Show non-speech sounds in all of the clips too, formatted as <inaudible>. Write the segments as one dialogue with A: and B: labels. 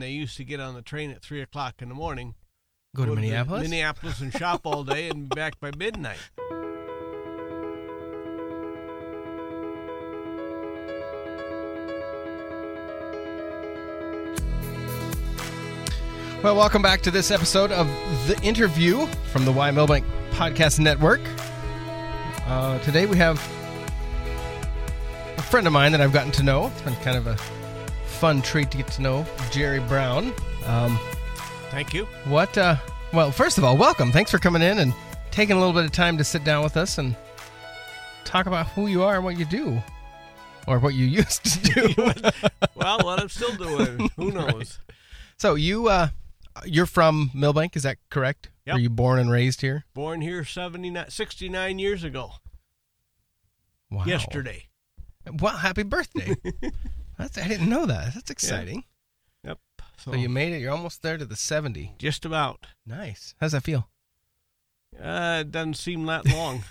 A: They used to get on the train at three o'clock in the morning,
B: Go to Minneapolis.
A: Minneapolis, and shop all day, and be back by midnight.
B: Well, welcome back to this episode of The Interview from the Y Milbank Podcast Network. Uh, today we have a friend of mine that I've gotten to know. It's been kind of a fun treat to get to know Jerry Brown. Um,
A: Thank you.
B: what, uh, well, first of all, welcome. Thanks for coming in and taking a little bit of time to sit down with us and talk about who you are and what you do. Or what you <laughs> used to do. <laughs>
A: Well, what I'm still doing, <laughs> who knows?
B: so you, uh, you're from Milbank, is that correct?
A: Yep.
B: Were you born and raised here?
A: Born here 79, 69 years ago,
B: Wow.
A: yesterday.
B: Wow,
A: <laughs>
B: happy birthday. That's I didn't know that. That's exciting.
A: Yep. So,
B: So you made it. You're almost there to the 70.
A: just about.
B: Nice. How's that feel?
A: Uh, it doesn't seem
B: <laughs>
A: that long.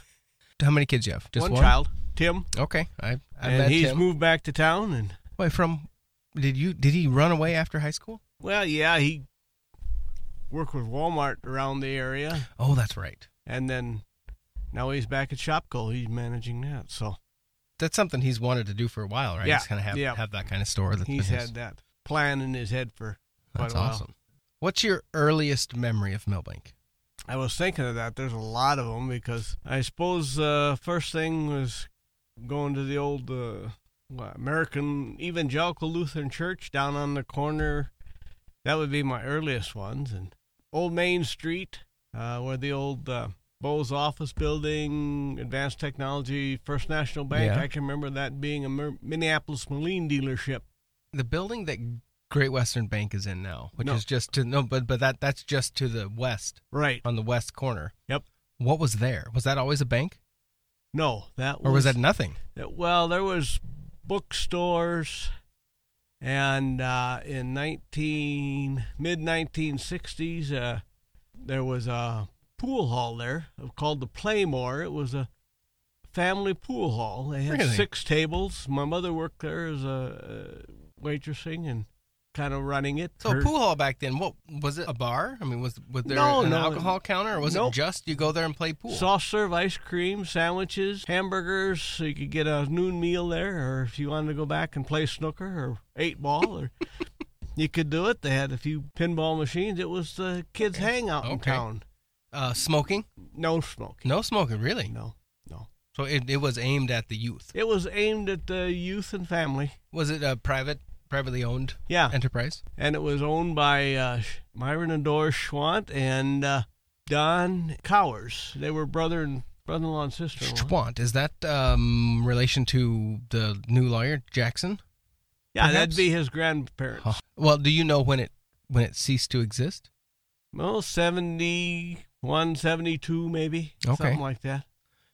B: How many kids you have? Just one,
A: child, Tim,
B: Okay. I I
A: and
B: met
A: he's
B: him.
A: moved back to town. And
B: Wait, from did you did he run away after high school?
A: well, yeah, he worked with Walmart around the area,
B: Oh, that's right.
A: and then now he's back at Shopko. He's managing that, so
B: That's something he's wanted to do for a while, right?
A: Yeah,
B: He's kind of have
A: yeah.
B: have that kind of store. That
A: he's
B: that
A: had
B: is-
A: that plan in his head for quite
B: That's
A: a while.
B: awesome. What's your earliest memory of Millbank?
A: I was thinking of that. There's a lot of them because I suppose uh, first thing was going to the old uh, what, American Evangelical Lutheran Church down on the corner. That would be my earliest ones. And Old Main Street, uh, where the old uh, Bose office building, Advanced Technology, First National Bank.
B: Yeah.
A: I can remember that being a Mer- Minneapolis Moline dealership.
B: The building that Great Western Bank is in now, which
A: No.
B: is just to no, but but that that's just to the west
A: Right.
B: on the west corner.
A: Yep.
B: What was there? Was that always a bank,
A: No, that
B: or was that nothing?
A: that- well there was bookstores and uh, in 19 mid 1960s uh, there was a pool hall there called the playmore it was a family pool hall they had
B: Really?
A: six tables my mother worked there as a uh, waitressing and kind of running it
B: So
A: Her-
B: a pool hall back then, what was it? A bar? I mean, was was there
A: No,
B: an
A: no.
B: alcohol counter, or was
A: Nope.
B: it just you go there and play pool?
A: Soft serve ice cream, sandwiches, hamburgers. So you could get a noon meal there, or if you wanted to go back and play snooker or eight ball,
B: <laughs>
A: or you could do it. They had a few pinball machines. It was the kids' hangout in
B: Okay.
A: town.
B: uh, smoking?
A: No smoking.
B: No smoking, really.
A: No, no.
B: So it, it was aimed at the youth.
A: It was aimed at the youth and family.
B: Was it a private, privately owned
A: Yeah,
B: enterprise?
A: and it was owned by uh, Sh- Myron and Doris Schwant and uh, Don Cowers. They were brother and brother-in-law and sister-in-law.
B: Schwant is that um, relation to the new lawyer Jackson?
A: Yeah,
B: perhaps?
A: that'd be his grandparents.
B: Huh. Well, do you know when it when it ceased to exist?
A: Well, 71, 72 maybe.
B: Okay.
A: Something like that.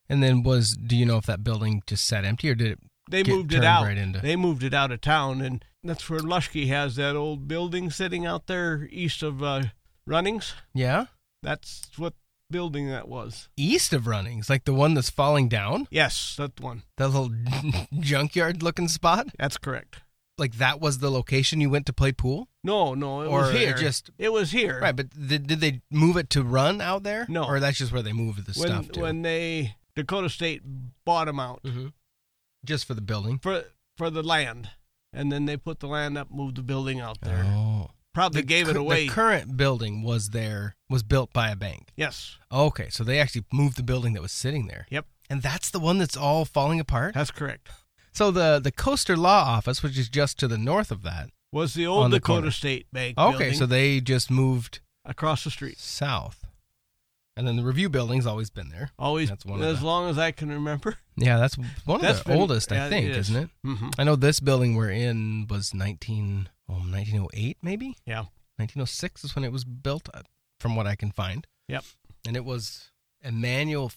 B: And then was do you know if that building just sat empty or did it?
A: They
B: Get
A: moved it
B: turned
A: out.
B: right into-
A: They moved it out of town, and that's where Lushke has that old building sitting out there east of uh, Runnings.
B: Yeah,
A: That's what building that was.
B: east of Runnings, like the one that's falling down,
A: Yes, that one.
B: that little <laughs> junkyard looking spot.
A: That's correct.
B: like that was the location you went to play pool?
A: No, no, it
B: Or
A: was
B: it
A: here.
B: just-
A: it was here.
B: Right, but th- did they move it to run out there?
A: No.
B: Or that's just where they moved the
A: when
B: stuff to?
A: when they Dakota State bought them out
B: Mhm. Just for the building.
A: for for the land, and then they put the land up, moved the building out there.
B: Oh.
A: Probably gave
B: cu-
A: it away.
B: The current building was there, was built by a bank.
A: yes,
B: Okay, so they actually moved the building that was sitting there.
A: Yep.
B: And that's the one that's all falling apart?
A: that's correct.
B: So the, the Coaster Law Office, which is just to the north of that.
A: was the
B: on
A: old
B: the
A: Dakota
B: corner.
A: State Bank
B: Okay,
A: building
B: so they just moved
A: across the street.
B: south. And then the review building's always been there.
A: Always
B: That's one of
A: as
B: the-
A: long as I can remember.
B: Yeah, that's <laughs> one
A: That's
B: of the
A: been-
B: oldest,
A: yeah,
B: I think,
A: it
B: is. isn't it?
A: Mm-hmm.
B: I know this building we're in was 19, oh, 1908, maybe?
A: Yeah.
B: 1906 is when it was built, uh, from what I can find.
A: Yep.
B: And it was Emmanuel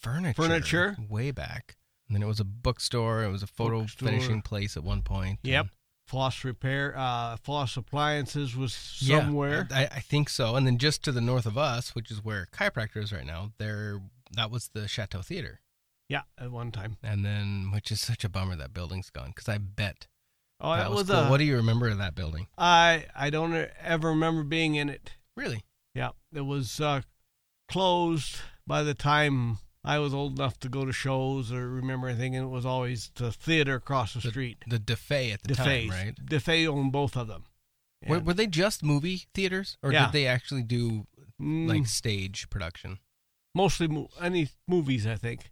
B: Furniture.
A: Furniture.
B: Way back. And then it was a bookstore. It was a photo
A: Bookstore.
B: finishing place at one point.
A: Yep.
B: and-
A: Floss repair, uh, floss appliances was
B: Yeah,
A: somewhere.
B: I, I think so. And then just to the north of us, which is where chiropractor is right now, there that was the Chateau Theater.
A: Yeah, at one time.
B: And then, which is such a bummer that building's gone because I bet
A: Oh, that, was,
B: cool.
A: a.
B: what do you remember of that building?
A: I I don't e, ever remember being in it.
B: Really?
A: Yeah, it was uh, closed by the time I was old enough to go to shows or remember anything. And it was always the theater across the street.
B: The DeFay at the
A: DeFay's.
B: time, right?
A: DeFay owned both of them.
B: Were,
A: And-
B: were they just movie theaters, or
A: Yeah.
B: did they actually do
A: Mm,
B: like stage production?
A: mostly mo- any movies, I think.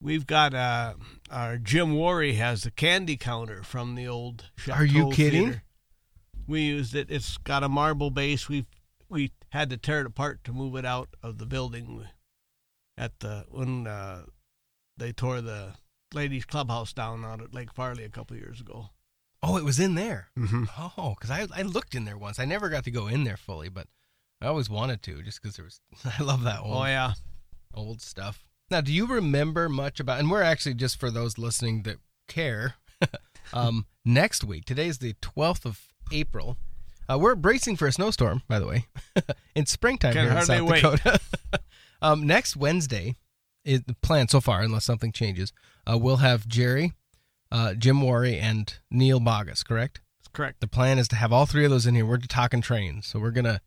A: We've got uh, our Jim Worry has the candy counter from the old.
B: Are you
A: Chateau
B: kidding?
A: Theater. We used it. It's got a marble base. We we had to tear it apart to move it out of the building. At the when uh, they tore the ladies' clubhouse down out at Lake Farley a couple years ago.
B: Oh, it was in there.
A: Mm-hmm.
B: Oh, because I, I looked in there once. I never got to go in there fully, but I always wanted to just because there was. <laughs> I love that old
A: Oh yeah,
B: old stuff. Now, do you remember much about? And we're actually just for those listening that care. <laughs> um, next week, today's the twelfth of April. Uh, we're bracing for a snowstorm, by the way, <laughs> in springtime
A: Can
B: here in
A: hardly
B: South
A: wait.
B: Dakota. <laughs> um, next Wednesday is the plan so far, unless something changes. Uh, we'll have Jerry, uh, Jim Worry, and Neil Bogus. Correct
A: that's correct.
B: the plan is to have all three of those in here. We're talking trains, so we're gonna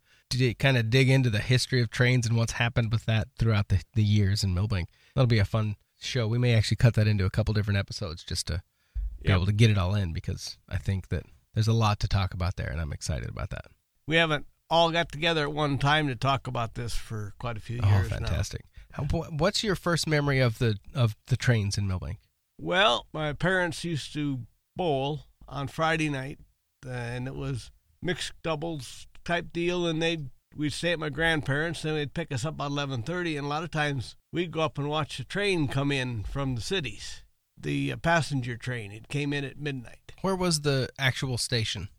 B: kind of dig into the history of trains and what's happened with that throughout the, the years in Millbank. That'll be a fun show. We may actually cut that into a couple different episodes just to be
A: Yep.
B: able to get it all in because I think that there's a lot to talk about there, and I'm excited about that.
A: We haven't all got together at one time to talk about this for quite a few
B: Oh,
A: years now.
B: fantastic! How, wh- what's your first memory of the of the trains in Millbank?
A: Well, my parents used to bowl on Friday night, uh, and it was mixed doubles type deal, and they would we'd stay at my grandparents, and they'd pick us up about eleven thirty, and a lot of times we'd go up and watch the train come in from the cities, the uh, passenger train. It came in at midnight,
B: Where was the actual station?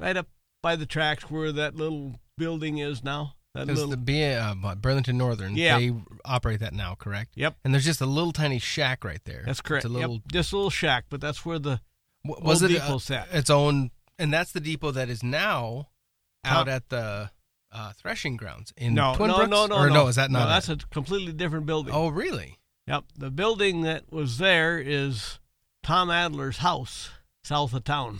A: right up by the tracks where that little building is now. That
B: Because
A: little
B: the B uh, Burlington Northern,
A: Yeah.
B: they operate that now, correct?
A: Yep.
B: And there's just a little tiny shack right there.
A: that's correct.
B: It's a little
A: yep, just a little shack, but that's where the
B: W- was
A: Old
B: it
A: depot
B: uh,
A: set.
B: its own and that's the depot that is now out
A: Top-
B: at the uh, threshing grounds in
A: no,
B: Twin
A: no,
B: Brooks?
A: no, no,
B: or
A: no,
B: no, is that not
A: No,
B: it?
A: that's a completely different building.
B: oh really
A: Yep. The building that was there is Tom Adler's house south of town.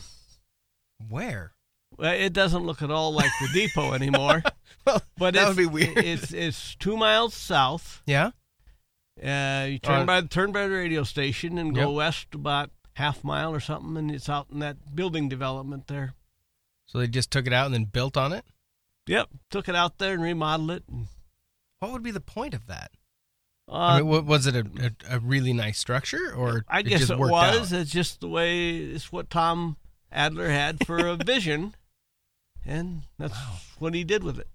B: where <laughs>
A: Well, It doesn't look at all like the depot anymore.
B: well
A: But it's,
B: that would be weird
A: It's it's two miles south.
B: <laughs> yeah
A: Uh, you turn
B: Uh,
A: by turn by the radio station and go west about half mile or something, and it's out in that building development there.
B: so they just took it out and then built on it
A: Yep. Took it out there and remodeled it. And,
B: what would be the point of that
A: uh,
B: I mean, wa- was it a, a, a really nice structure or
A: I
B: it
A: guess
B: just
A: it
B: worked
A: was.
B: out?
A: It's just the way it's what Tom Adler had for
B: <laughs>
A: a vision, and that's
B: Wow.
A: what he did with it.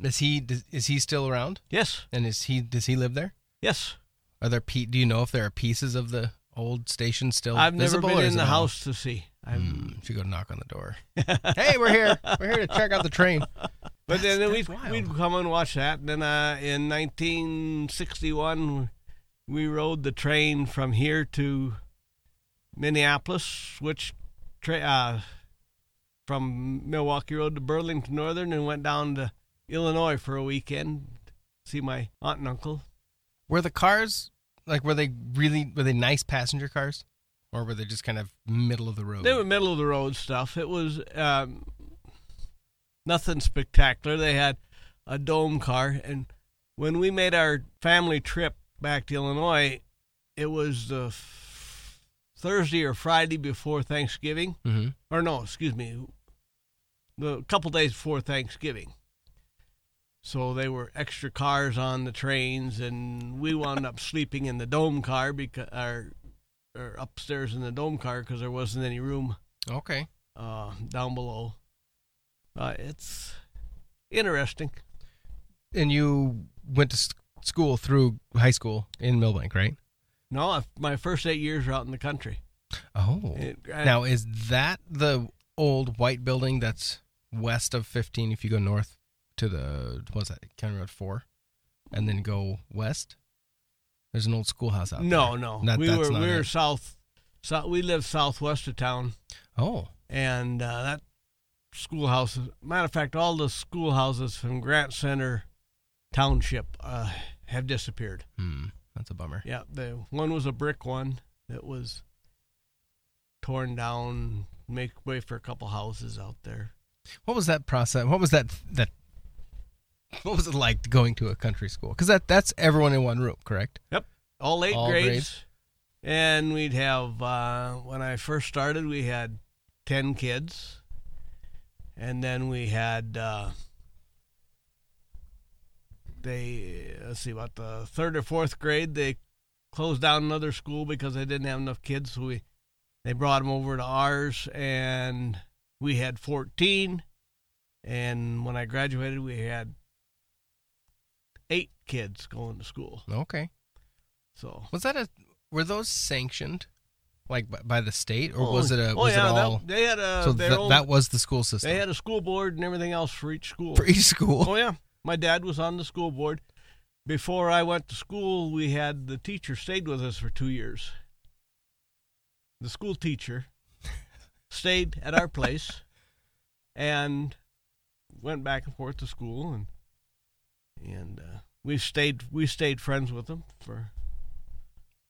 B: is he does- is he still around
A: Yes,
B: and is he does he live there
A: yes.
B: are there pe- do you know if there are pieces of the old station still
A: I've never
B: visible
A: been
B: or is
A: in the
B: it all-
A: house Hmm. to see. I'm,
B: Mm, should go knock on the
A: <laughs>
B: door. hey, we're here. We're here to check out the train.
A: But
B: That's-
A: then
B: that's
A: we'd,
B: wild.
A: we'd come and watch that. And then uh, in 1961, we rode the train from here to Minneapolis, which tra- uh, from Milwaukee Road to Burlington Northern, and went down to Illinois for a weekend to see my aunt and uncle.
B: Were the cars like were they really were they nice passenger cars, or were they just kind of middle of the road?
A: They were middle of the road stuff. It was um, nothing spectacular. They had a dome car, and when we made our family trip back to Illinois, it was the f- Thursday or Friday before Thanksgiving,
B: hmm
A: or no, excuse me, the couple days before Thanksgiving. So they were extra cars on the trains, and we wound up sleeping in the dome car because, or, or upstairs in the dome car because there wasn't any room
B: Okay.
A: uh, down below. Uh, it's interesting.
B: And you went to s- school through high school in Millbank, right?
A: No, I, my first eight years were out in the country.
B: Oh.
A: It- I-
B: now is that the old white building that's west of 15? If you go north to the what's that County Road four, and then go west, there's an old schoolhouse out
A: no,
B: there.
A: no,
B: That-
A: we
B: that's
A: were
B: not
A: we
B: it.
A: were south, south. We lived southwest of town,
B: Oh.
A: and uh, that schoolhouse. Matter of fact, all the schoolhouses from Grant Center Township uh, have disappeared.
B: Hmm, that's a bummer.
A: Yeah, the one was a brick one that was torn down. make way for a couple houses out there.
B: What was that process? What was that that? What was it like going to a country school? Because that that's everyone in one room, correct?
A: All eight
B: All
A: grades.
B: grades.
A: And we'd have, uh, when I first started, we had 10 kids. And then we had, uh, they, uh, let's see, about the third or fourth grade, they closed down another school because they didn't have enough kids. So we, they brought them over to ours, and we had 14. And when I graduated, we had eight kids going to school.
B: Okay.
A: So
B: Was that a? Were those sanctioned, like by, by the state, or
A: Oh,
B: was it a?
A: oh,
B: was
A: yeah,
B: it
A: that-
B: all?
A: they had a
B: so
A: their
B: that
A: own,
B: that was the school system
A: they had a school board and everything else for each school.
B: for each school.
A: Oh yeah, my dad was on the school board. Before I went to school, we had the teacher stayed with us for two years. The school teacher stayed at our place and went back and forth to school, and and uh, we stayed we stayed friends with them for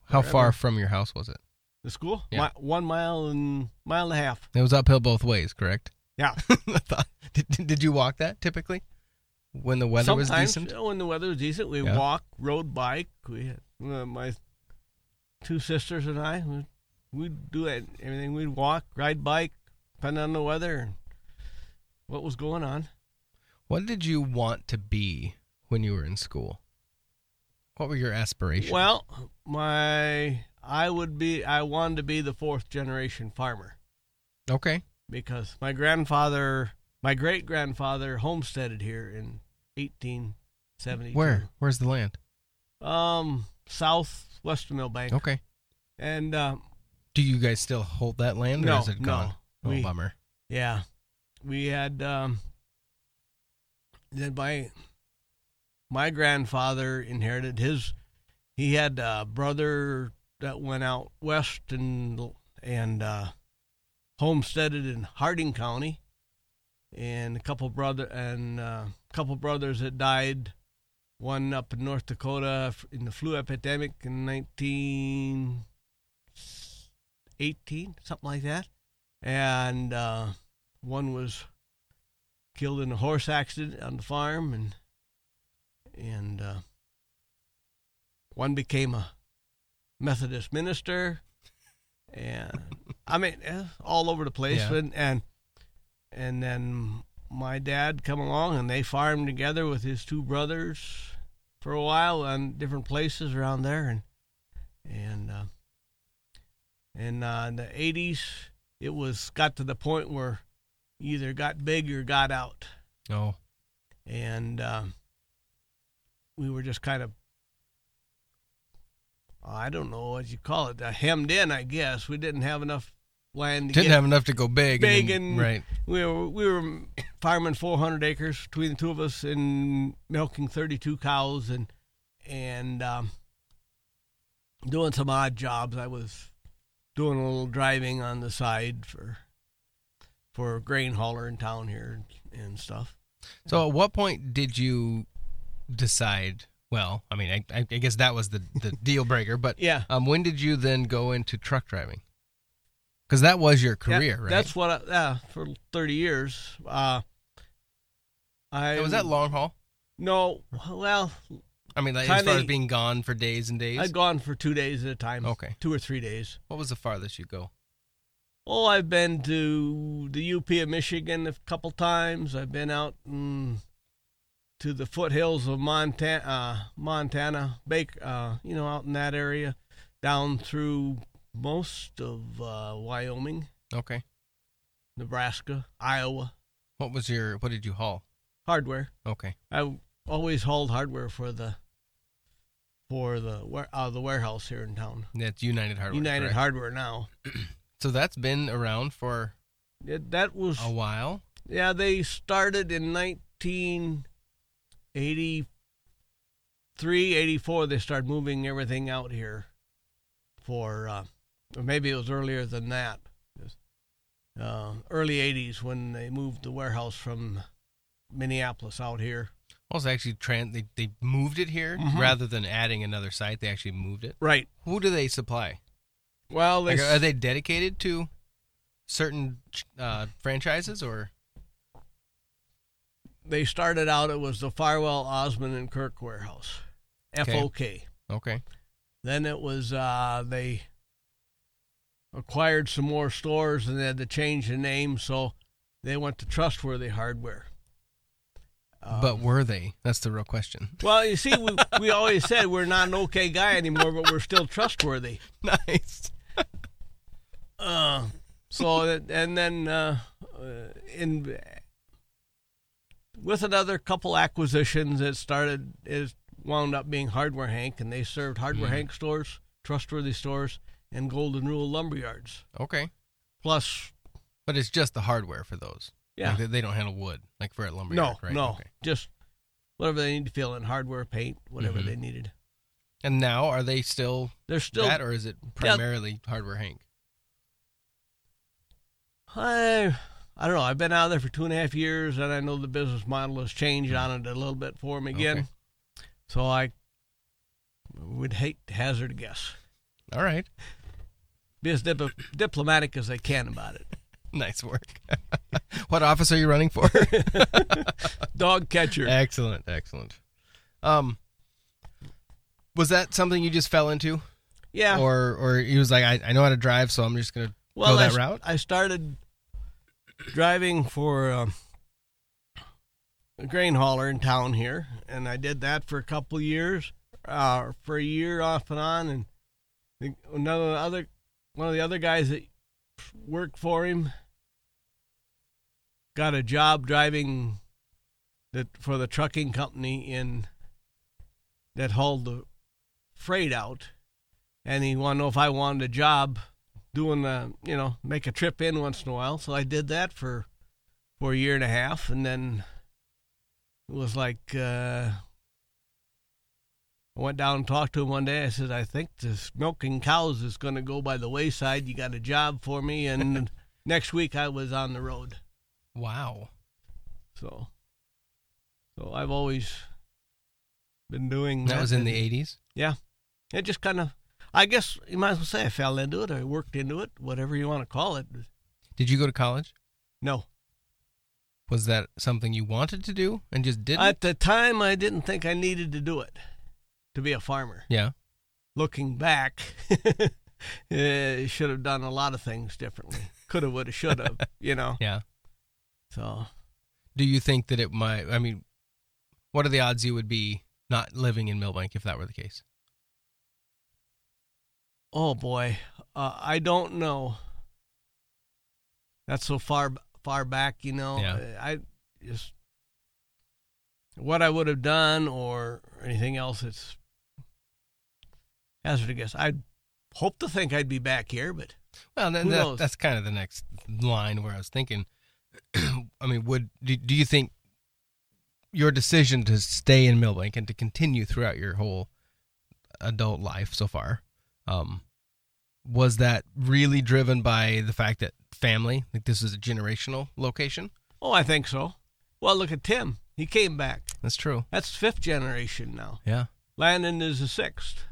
B: How
A: forever.
B: far from your house was it?
A: the school.
B: Yeah.
A: Mi- one mile and mile and a half.
B: It was uphill both ways, correct?
A: Yeah.
B: <laughs> I thought- did, did- did you walk that typically when the weather
A: Sometimes,
B: was decent?
A: you know, when the weather was decent, we
B: Yeah.
A: walked, rode bike. We had uh, my two sisters and I. we- We'd do it, everything. We'd walk, ride bike, depending on the weather and what was going on.
B: What did you want to be when you were in school? What were your aspirations?
A: Well, my I would be I wanted to be the fourth generation farmer
B: okay.
A: because my grandfather, my great grandfather, homesteaded here in 1872.
B: Where? Where's the land?
A: Um, southwestern Millbank.
B: Okay.
A: And um,
B: Do you guys still hold that land, or
A: no,
B: is it
A: no,
B: gone? Oh,
A: we-
B: bummer.
A: Yeah. We had um then my my grandfather inherited his he had a brother that went out west and and uh homesteaded in Harding County and a couple brother and uh, couple brothers that died one up in North Dakota f- in the flu epidemic in 1918 something like that and uh, one was killed in a horse accident on the farm, and and uh, one became a Methodist minister, and I mean eh, all over the place,
B: Yeah.
A: and and and then my dad come along and they farmed together with his two brothers for a while on different places around there, and and uh, and uh, in the eighties it was got to the point where you either got big or got out
B: Oh,
A: and um, we were just kind of i don't know what you call it uh, hemmed in i guess we didn't have enough land to
B: didn't
A: get.
B: have enough to go big.
A: Big
B: then-
A: and-
B: right.
A: we were we were farming 400 acres between the two of us and milking 32 cows and and um, doing some odd jobs. I was doing a little driving on the side for for a grain hauler in town here and stuff.
B: So, at what point did you decide? Well, I mean, I, I I guess that was the, the <laughs> deal breaker. But
A: Yeah.
B: um, when did you then go into truck driving? Because that was your
A: That-
B: career, right?
A: That's what I, yeah, for 30 years. Uh, I
B: Now, was that long haul.
A: No, well,
B: I mean, like, as
A: Kinda-
B: far as being gone for days and days.
A: I'd gone for two days at a time.
B: Okay.
A: two or three days.
B: What was the farthest you go?
A: Oh, I've been to the UP of Michigan a couple times. I've been out mm, to the foothills of Montana, uh, Montana, Bake, uh, you know, out in that area, down through most of uh, Wyoming,
B: Okay.
A: Nebraska, Iowa,
B: What was your? What did you haul?
A: hardware.
B: Okay.
A: I always hauled hardware for the for the ware- uh, the warehouse here in town.
B: That's United Hardware.
A: United
B: correct?
A: Hardware now.
B: So that's been around for
A: It, that was
B: a while.
A: Yeah, they started in 1983, 84. They started moving everything out here for, uh, or maybe it was earlier than that. Uh, early 80s when they moved the warehouse from Minneapolis out here.
B: Also, actually, tran they, they moved it here
A: Mhm.
B: rather than adding another site. They actually moved it.
A: Right.
B: Who do they supply?
A: Well, they,
B: Like, are they dedicated to certain uh, franchises or
A: They started out, it was the Farwell, Osmond, and Kirk warehouse,
B: Okay.
A: FOK.
B: okay
A: Then it was uh, they acquired some more stores and they had to change the name, so they went to Trustworthy Hardware. Um,
B: but were they that's the real question
A: well, you see, we, we always said we're not an okay guy anymore, but we're still trustworthy. <laughs>
B: nice
A: Uh, so that, and then uh, uh, in with another couple acquisitions, it started it wound up being Hardware Hank, and they served Hardware
B: Mm.
A: Hank stores, trustworthy stores, and Golden Rule lumberyards.
B: okay
A: Plus,
B: but it's just the hardware for those
A: yeah,
B: Like, they, they don't handle wood like for at lumber
A: no,
B: right
A: no,
B: Okay.
A: just whatever they need to fill in hardware, paint, whatever
B: Mhm.
A: they needed.
B: and now are they still,
A: They're still
B: that or is it primarily hardware hank
A: I, I don't know. I've been out there for two and a half years, and I know the business model has changed on it a little bit for me again.
B: Okay.
A: So I would hate to hazard a guess.
B: all right
A: Be as dip- diplomatic as I can about it.
B: <laughs>
A: <laughs>
B: nice work <laughs> what office are you
A: <laughs>
B: running for
A: Dog catcher.
B: Eh, excellent excellent um was that something you just fell into
A: yeah.
B: or or he was like I, I know how to drive so i'm just gonna
A: well,
B: go
A: I
B: that
A: s-
B: route?
A: I started driving for um, a grain hauler in town here, and I did that for a couple years, uh, for a year off and on. And the, another other one of the other guys that worked for him got a job driving that for the trucking company in that hauled the freight out, and he wanted to know if I wanted a job doing uh, you know make a trip in once in a while so i did that for for a year and a half and then it was like uh i went down and talked to him one day i said i think this milking cows is going to go by the wayside you got a job for me
B: <laughs>
A: and next week i was on the road
B: wow
A: so so i've always been doing that,
B: that was in the
A: and
B: 80s
A: it just kind of i guess you might as well say i fell into it i worked into it whatever you want to call it
B: did you go to college
A: no
B: Was that something you wanted to do and just didn't?
A: At the time, I didn't think I needed to do it to be a farmer.
B: yeah.
A: Looking back, <laughs> eh, should have done a lot of things differently. Could have, would have, should
B: <laughs>
A: have, you know.
B: Yeah.
A: So,
B: Do you think that it might? I mean, what are the odds you would be not living in Millbank if that were the case?
A: oh boy, uh, I don't know. That's so far far back, you know.
B: Yeah.
A: I just what I would have done or anything else. It's hazard to guess. I hope to think I'd be back here, but
B: Well, then
A: Who
B: that,
A: knows?
B: that's kind of the next line where I was thinking. <clears throat> I mean, would do, do you think your decision to stay in Millbank and to continue throughout your whole adult life so far um, was that really driven by the fact that family, like this is a generational location?
A: Oh, I think so. Well, look at Tim. He came back.
B: That's true.
A: That's fifth generation now.
B: Yeah.
A: Landon is the sixth.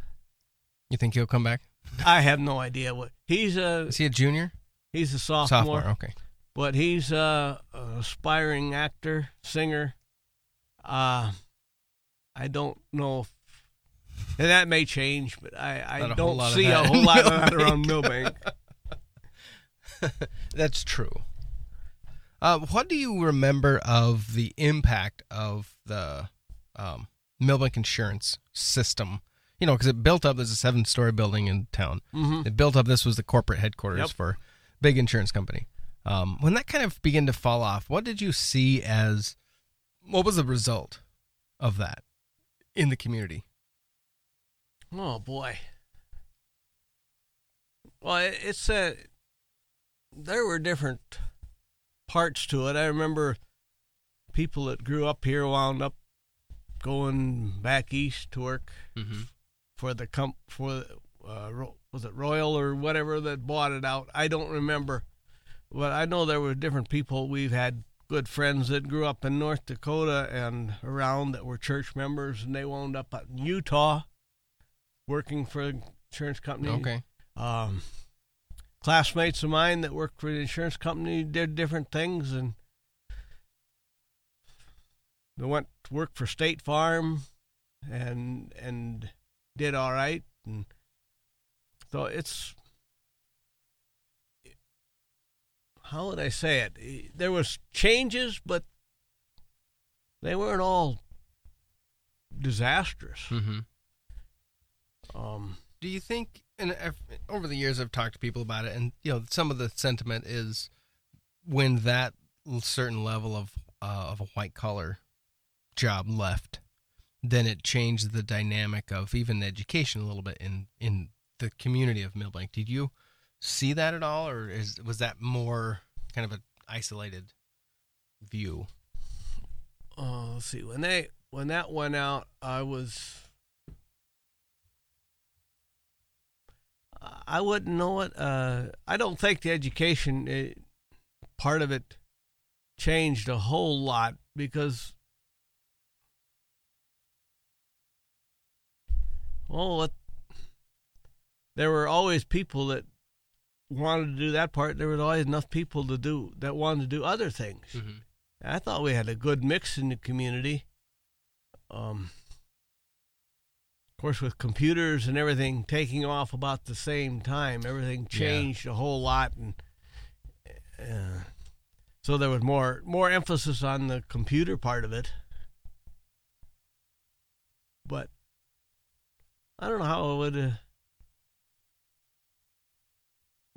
B: You think he'll come back?
A: I have no idea what he's a
B: Is he a junior?
A: he's a sophomore,
B: Okay.
A: but he's a, a aspiring actor, singer. Uh I don't know if and that may change, but I,
B: Not
A: I
B: a whole
A: don't
B: lot of
A: see a
B: that
A: whole
B: in
A: lot of
B: <laughs>
A: that
B: Millbank.
A: around Millbank.
B: That's true. Uh, what do you remember of the impact of the um, Millbank insurance system? You know, because it built up. There's a seven-story building in town.
A: hmm
B: It built up. This was the corporate headquarters
A: Yep.
B: for big insurance company. Um, when that kind of began to fall off, what did you see as what was the result of that in the community?
A: Oh boy. Well, it- it's a. There were different parts to it. I remember people that grew up here wound up going back east to work
B: Mm-hmm.
A: for the comp for uh, Ro- was it Royal or whatever that bought it out. I don't remember, but I know there were different people. We've had good friends that grew up in North Dakota and around that were church members, and they wound up out in Utah working for an insurance company.
B: Okay.
A: Um, classmates of mine that worked for the insurance company did different things and they went to work for State Farm and and did all right and so it's how would I say it? E, There was changes, but they weren't all disastrous.
B: Mm-hmm.
A: Um,
B: Do you think? And I've, over the years, I've talked to people about it, and you know, some of the sentiment is when that certain level of uh, of a white collar job left, then it changed the dynamic of even education a little bit in in the community of Millbank. Did you see that at all, or is was that more kind of an isolated view?
A: oh, let's see. When they when that went out, I was I wouldn't know it. Uh, I don't think the education eh, part of it changed a whole lot because well, it, there were always people that wanted to do that part. There was always enough people to do that wanted to do other things. I thought we had a good mix in the community. Um, of course, with computers and everything taking off about the same time, everything
B: Yeah.
A: changed a whole lot, and uh, so there was more more emphasis on the computer part of it. But I don't know how I would uh,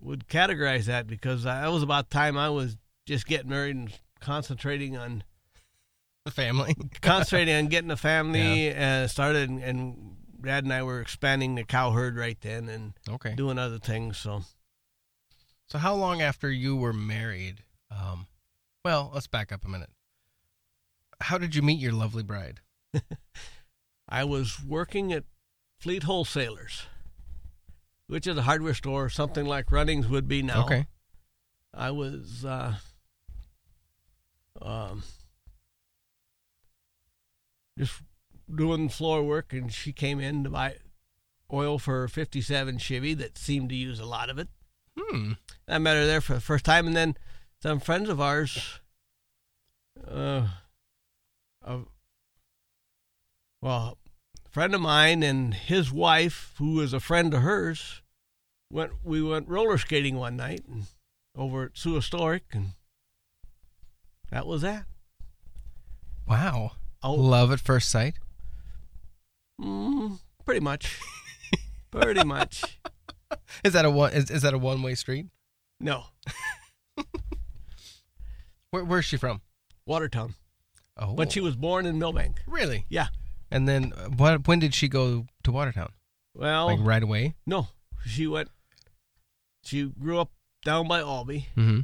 A: would categorize that because I, that was about time I was just getting married and concentrating on
B: The family.
A: concentrating on getting a
B: <laughs>
A: family uh, started, and, and Dad and I were expanding the cow herd right then and
B: okay.
A: doing other things. So
B: So how long after you were married? Um, well, let's back up a minute. How did you meet your lovely bride?
A: I was working at Fleet Wholesalers, which is a hardware store, something like Runnings would be now.
B: Okay.
A: I was uh, um, just doing floor work, and she came in to buy oil for her 57 Chevy that seemed to use a lot of it.
B: Hmm.
A: I met her there for the first time, and then some friends of ours, uh, of, well, a friend of mine and his wife, who was a friend of hers, went. We went roller skating one night and over at Sue Historic, and that was that.
B: Wow.
A: Oh.
B: Love at first sight.
A: Mm, pretty much, <laughs> pretty much.
B: Is that a one? Is, is that a one way street?
A: No,
B: Where, where's she from?
A: Watertown.
B: Oh,
A: When she was born in Millbank.
B: really?
A: Yeah.
B: And then uh, what? When did she go to Watertown?
A: Well,
B: Like right away.
A: no, she went. She grew up down by Albee.
B: Mm-hmm.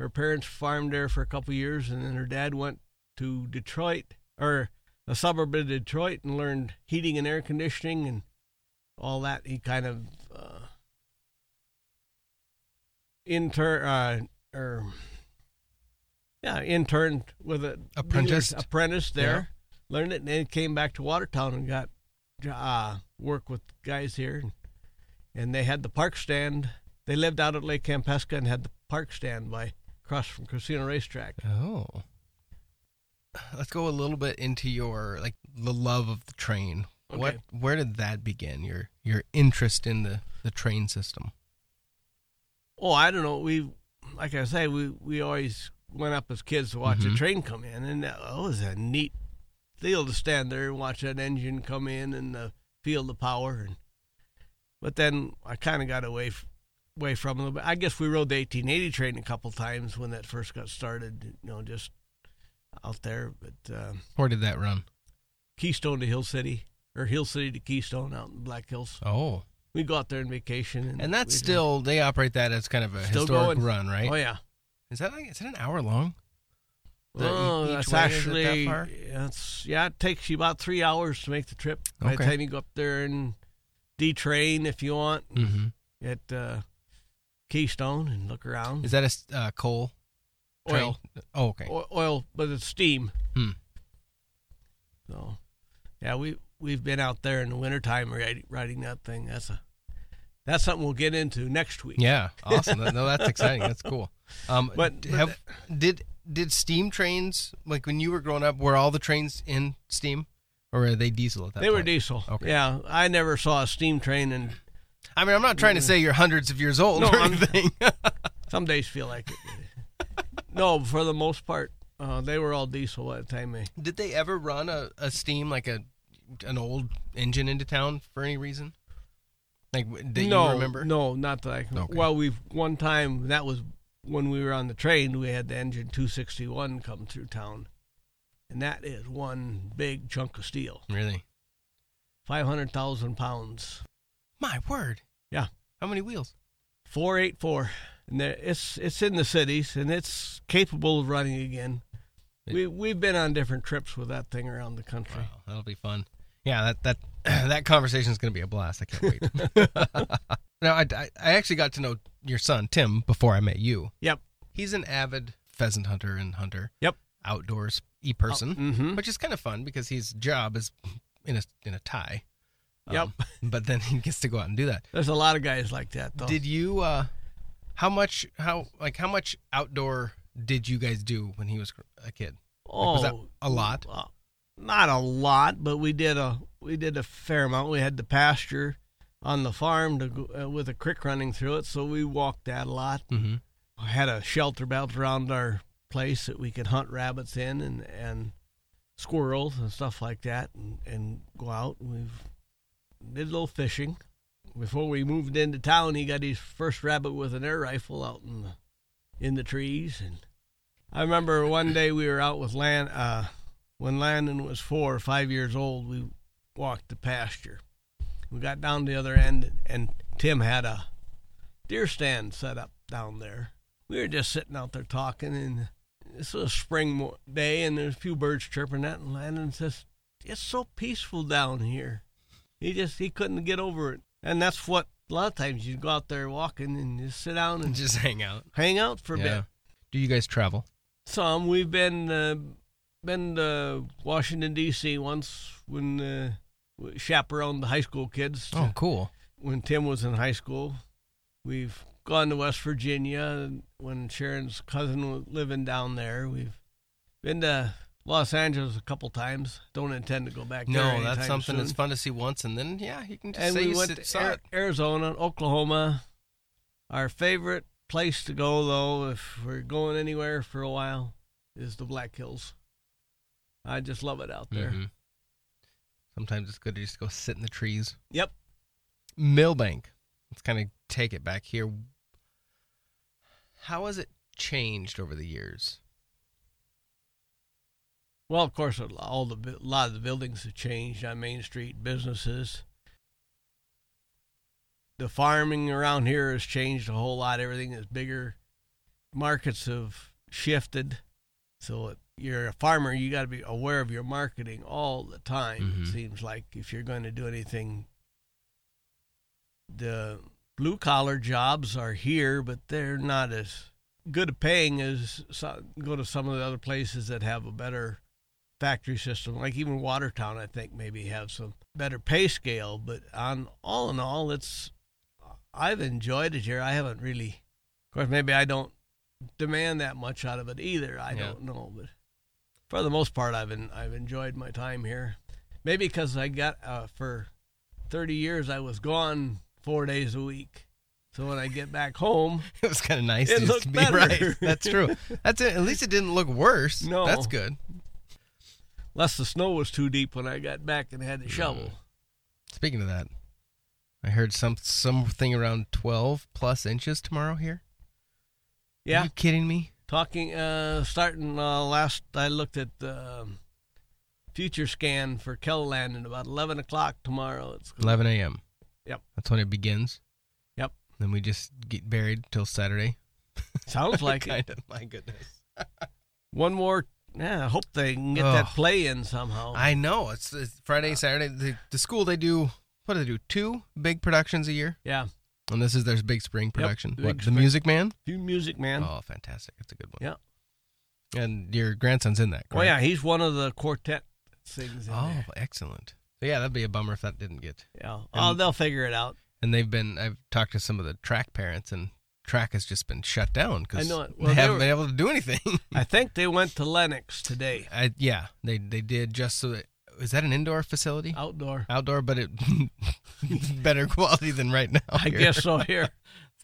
A: her parents farmed there for a couple years and then her dad went to detroit or a suburb of detroit and learned heating and air conditioning and all that he kind of uh, intern uh, or yeah interned with a
B: Apprenticed.
A: apprentice there learned it and then came back to watertown and got jo- uh, work with guys here and they had the park stand they lived out at lake campesca and had the park stand by across from casino racetrack
B: Oh. Let's go a little bit into your like the love of the train. What?
A: Okay.
B: Where did that begin? Your your interest in the the train system.
A: oh i don't know we like i say we we always went up as kids to watch
B: Mhm.
A: a train come in and that was a neat deal to stand there and watch that engine come in and uh, feel the power and but then i kind of got away f- away from it a little bit i guess we rode the 1880 train a couple times when that first got started you know just out there but um
B: Where did that run?
A: Keystone to Hill City or Hill City to Keystone out in Black Hills.
B: Oh.
A: We go out there on vacation, and,
B: And that's
A: we-
B: still they operate that as kind of a
A: Still
B: historic
A: going.
B: run, right?
A: Oh yeah,
B: Is that like is it an hour long? The-
A: oh,
B: each way, is it
A: that's
B: that
A: actually
B: far?
A: that's yeah. It takes you about three hours to make the trip. By the
B: Okay.
A: time you go up there and detrain if you want
B: Mm-hmm.
A: at uh, Keystone and look around.
B: Is that a s- uh, coal? train?
A: oil,
B: Oh, okay.
A: o- oil, but it's steam.
B: Hmm.
A: So yeah, we we've been out there in the wintertime riding, riding that thing. That's a that's something we'll get into next week.
B: Yeah, awesome. That- no, that's exciting. That's cool. Um,
A: <laughs> But-
B: d-
A: but-
B: have did did steam trains like when you were growing up? Were all the trains in steam, or are they diesel at that?
A: They were
B: point?
A: diesel.
B: Okay.
A: Yeah, I never saw a steam train, and
B: I mean, I'm not trying to say you're hundreds of years old
A: No,
B: or
A: I'm-
B: anything. <laughs>
A: some days feel like it. no, for the most part, uh, they were all diesel at the time. eh?
B: did they ever run a, a steam like a an old engine into town for any reason? Like w- that
A: no,
B: you remember?
A: No, not that I can.
B: Okay.
A: Well, we've one time that was when we were on the train. We had the engine 261 come through town, and that is one big chunk of steel,
B: Really?
A: 500,000 pounds,
B: My word.
A: Yeah.
B: How many wheels?
A: 484. And there, it's it's in the cities, and it's capable of running again.
B: It-
A: We we've been on different trips with that thing around the country.
B: Wow, that'll be fun. Yeah, that that that <clears throat> conversation is going to be a blast. I can't wait.
A: <laughs>
B: <laughs> now, I, I I actually got to know your son Tim before I met you.
A: Yep.
B: He's an avid pheasant hunter and hunter.
A: Yep.
B: Outdoors e person,
A: Mm-hmm.
B: which is kind of fun because his job is in a in a tie. Um,
A: Yep.
B: <laughs> But then he gets to go out and do that.
A: There's a lot of guys like that though.
B: Did you? uh How much? How like how much outdoor did you guys do when he was a kid?
A: oh,
B: was that a lot?
A: uh, not a lot, but we did a we did a fair amount. We had the pasture on the farm to go, uh, with a creek running through it, so we walked that a lot.
B: Mm-hmm.
A: Had a shelter belt around our place that we could hunt rabbits in and and squirrels and stuff like that, and, and go out. We've did a little fishing. Before we moved into town, he got his first rabbit with an air rifle out in the in the trees. And I remember one day we were out with Lan. Uh, when Landon was four or five years old, we walked the pasture. We got down the other end, and Tim had a deer stand set up down there. We were just sitting out there talking, and this was a spring mo- day, and there's a few birds chirping at, and Landon says, "It's so peaceful down here." He just he couldn't get over it, and that's what a lot of times you go out there walking and just sit
B: <laughs>
A: down and
B: Just hang out.
A: hang out for a bit.
B: Do you guys travel?
A: Some we've been uh, been to Washington D.C. once when uh, we chaperoned the high school kids. to-
B: Oh, cool.
A: When Tim was in high school, we've gone to West Virginia when Sharon's cousin was living down there. We've been to Los Angeles a couple times. Don't intend to go back. there
B: No,
A: anytime
B: that's something
A: soon.
B: that's fun to see once, and then yeah, you can just
A: And
B: say
A: we
B: you
A: went
B: sit-
A: to
B: saw
A: Ar-
B: it.
A: Arizona, Oklahoma. Our favorite place to go, though, if we're going anywhere for a while, is the Black Hills. I just love it out there.
B: Mhm. Sometimes it's good to just go sit in the trees.
A: Yep.
B: Millbank. Let's kind of take it back here. How has it changed over the years? <laughs>
A: Well, of course, a lo- all the bu- a lot of the buildings have changed on Main Street. Businesses, the farming around here has changed a whole lot. Everything is bigger. Markets have shifted, so if you're a farmer, you got to be aware of your marketing all the time. It
B: Mhm.
A: seems like if you're going to do anything, the blue collar jobs are here, but they're not as good at paying as so- go to some of the other places that have a better factory system, like even Watertown, I think maybe have some better pay scale. But on all in all, it's I've enjoyed it here. I haven't really, of course, maybe I don't demand that much out of it either. I
B: Yeah.
A: don't know, but for the most part, I've en- I've enjoyed my time here. Maybe because I got uh, for thirty years I was gone four days a week. So when I get back home, <laughs>
B: It was kind of nice
A: It
B: to
A: looked
B: just be
A: better.
B: right. That's
A: <laughs>
B: true. That's it. At least it didn't look worse.
A: No.
B: that's good.
A: unless the snow was too deep when I got back and had to shovel.
B: Speaking of that, I heard some something around twelve plus inches tomorrow here.
A: Yeah,
B: Are you kidding me?
A: talking uh starting uh last i looked at the um, future scan for kelland at about 11 o'clock tomorrow it's gonna-
B: 11 a.m.
A: Yep.
B: That's when it begins.
A: Yep.
B: Then we just get buried till Saturday. <laughs>
A: sounds like it.
B: kind of. My goodness.
A: one more yeah i hope they can get that
B: Ugh.
A: play in somehow
B: I know. It's, it's
A: Uh.
B: Friday, Saturday. The, the school they do. What do they do? Two big productions a year,
A: yeah
B: and this is their big spring production.
A: big
B: what,
A: spring.
B: The Music Man.
A: few music man oh,
B: Oh, fantastic! It's a good one.
A: Yeah.
B: And your grandson's in that. Correct?
A: Oh, yeah he's one of the quartet that sings in
B: Oh,
A: there.
B: excellent. So yeah, that'd be a bummer if that didn't get.
A: yeah oh they'll figure it out
B: and they've been. I've talked to some of the track parents, and track has just been shut down
A: I
B: because
A: know it.
B: they
A: Well, they
B: haven't
A: were-
B: been able to do anything.
A: I think they went to Lennox today,
B: I, yeah, they they did just so that. Is that an indoor facility?
A: outdoor.
B: Outdoor, but it <laughs> it's better quality than right now.
A: I
B: here.
A: guess so. Here,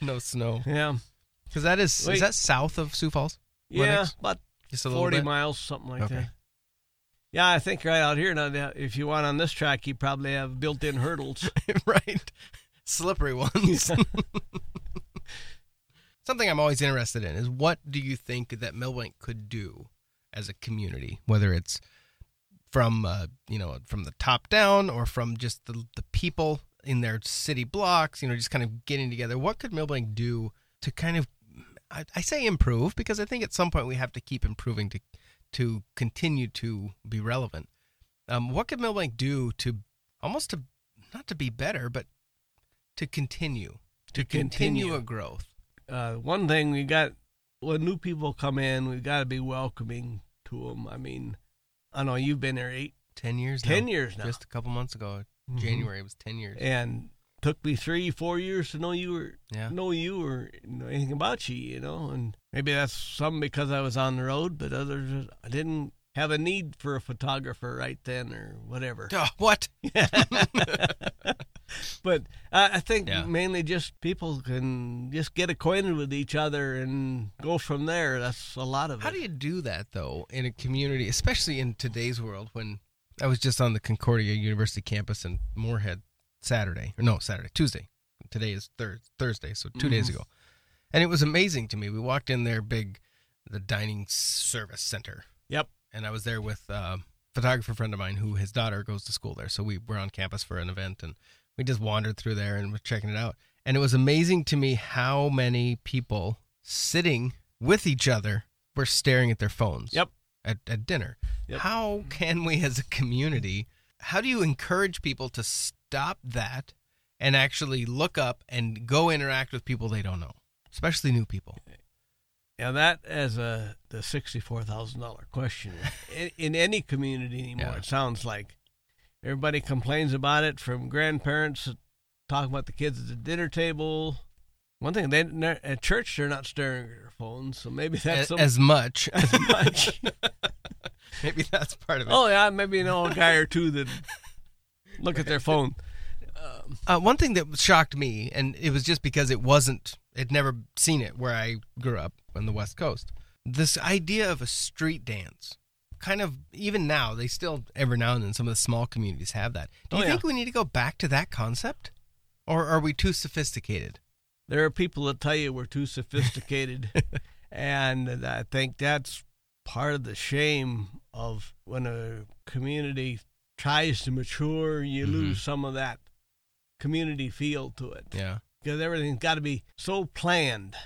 B: no snow <laughs>
A: yeah,
B: because that is
A: Wait.
B: is that south of Sioux Falls?
A: yeah,
B: Lennox?
A: about
B: Just a little
A: forty
B: bit?
A: miles, something like
B: Okay.
A: that. Yeah, I think right out here now. now, If you want on this track, you probably have built-in
B: <laughs>
A: hurdles.
B: right?
A: <laughs>
B: Slippery ones. Something I'm always interested in is what do you think that Millbank could do as a community, whether it's from uh, you know from the top down or from just the the people in their city blocks, you know, just kind of getting together. What could Millbank do to kind of I, I say improve because I think at some point we have to keep improving to to continue to be relevant. Um, what could Millbank do to almost to not to be better, but to continue to, continue.
A: continue.
B: a growth.
A: uh, one thing we got when new people come in, we've got to be welcoming to them. I mean, I know you've been there eight,
B: Ten years.
A: ten
B: now. Mm-hmm.
A: years now,
B: Just a couple months ago,
A: Mhm.
B: January it was ten years.
A: and took me three, four years to know you were
B: <laughs> Yeah.
A: know you or know anything about you, you know. And maybe that's some because I was on the road, but others I didn't have a need for a photographer right then or whatever.
B: Oh, what?
A: but I I think
B: Yeah.
A: mainly just people can just get acquainted with each other and go from there. That's a lot of
B: How
A: it.
B: do you do that though in a community, especially in today's world? When I was just on the Concordia University campus in Moorhead Saturday, or no Saturday, Tuesday. Today is thir- Thursday, so 2 days
A: Mhm.
B: ago, and it was amazing to me. We walked in their big, the dining service center,
A: yep.
B: and I was there with uh, a photographer friend of mine who his daughter goes to school there. So we were on campus for an event and we just wandered through there and were checking it out. And it was amazing to me how many people sitting with each other were staring at their phones.
A: Yep.
B: At, at dinner.
A: Yep.
B: How can we as a community, how do you encourage people to stop that and actually look up and go interact with people they don't know, especially new people?
A: Now that as a the sixty four thousand dollar question in, in any community anymore.
B: Yeah.
A: It sounds like everybody complains about it from grandparents talking about the kids at the dinner table. One thing they they're- at church they're not staring at their phones, so maybe that's
B: As,
A: some-
B: as much. <laughs>
A: as much.
B: Maybe that's part of it.
A: oh yeah, maybe an old guy or two that look at their phone.
B: Uh, one thing that shocked me, and it was just because it wasn't, I'd never seen it where I grew up on the West Coast. This idea of a street dance, kind of even now, they still every now and then some of the small communities have that. Do you
A: Oh, yeah.
B: think we need to go back to that concept, or are we too sophisticated?
A: There are people that tell you we're too sophisticated, and I think that's part of the shame of when a community tries to mature. You
B: Mhm.
A: lose some of that community feel to it
B: Yeah,
A: because everything's got to be so planned.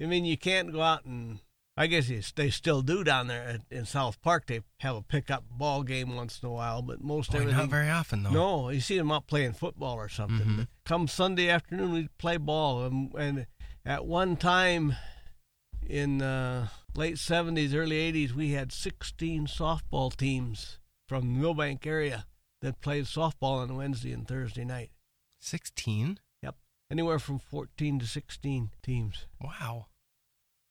A: I mean, you can't go out and I guess it's, they still do down there at, in South Park. They have a pickup ball game once in a while, but most
B: Boy,
A: everything
B: not very often though.
A: no, you see them out playing football or something.
B: Mhm.
A: But Come Sunday afternoon, we'd play ball. And, and at one time in uh, late 70s, early 80s, we had 16 softball teams from the Millbank area that played softball on Wednesday and Thursday night.
B: sixteen.
A: Yep. Anywhere from 14 to 16 teams.
B: Wow.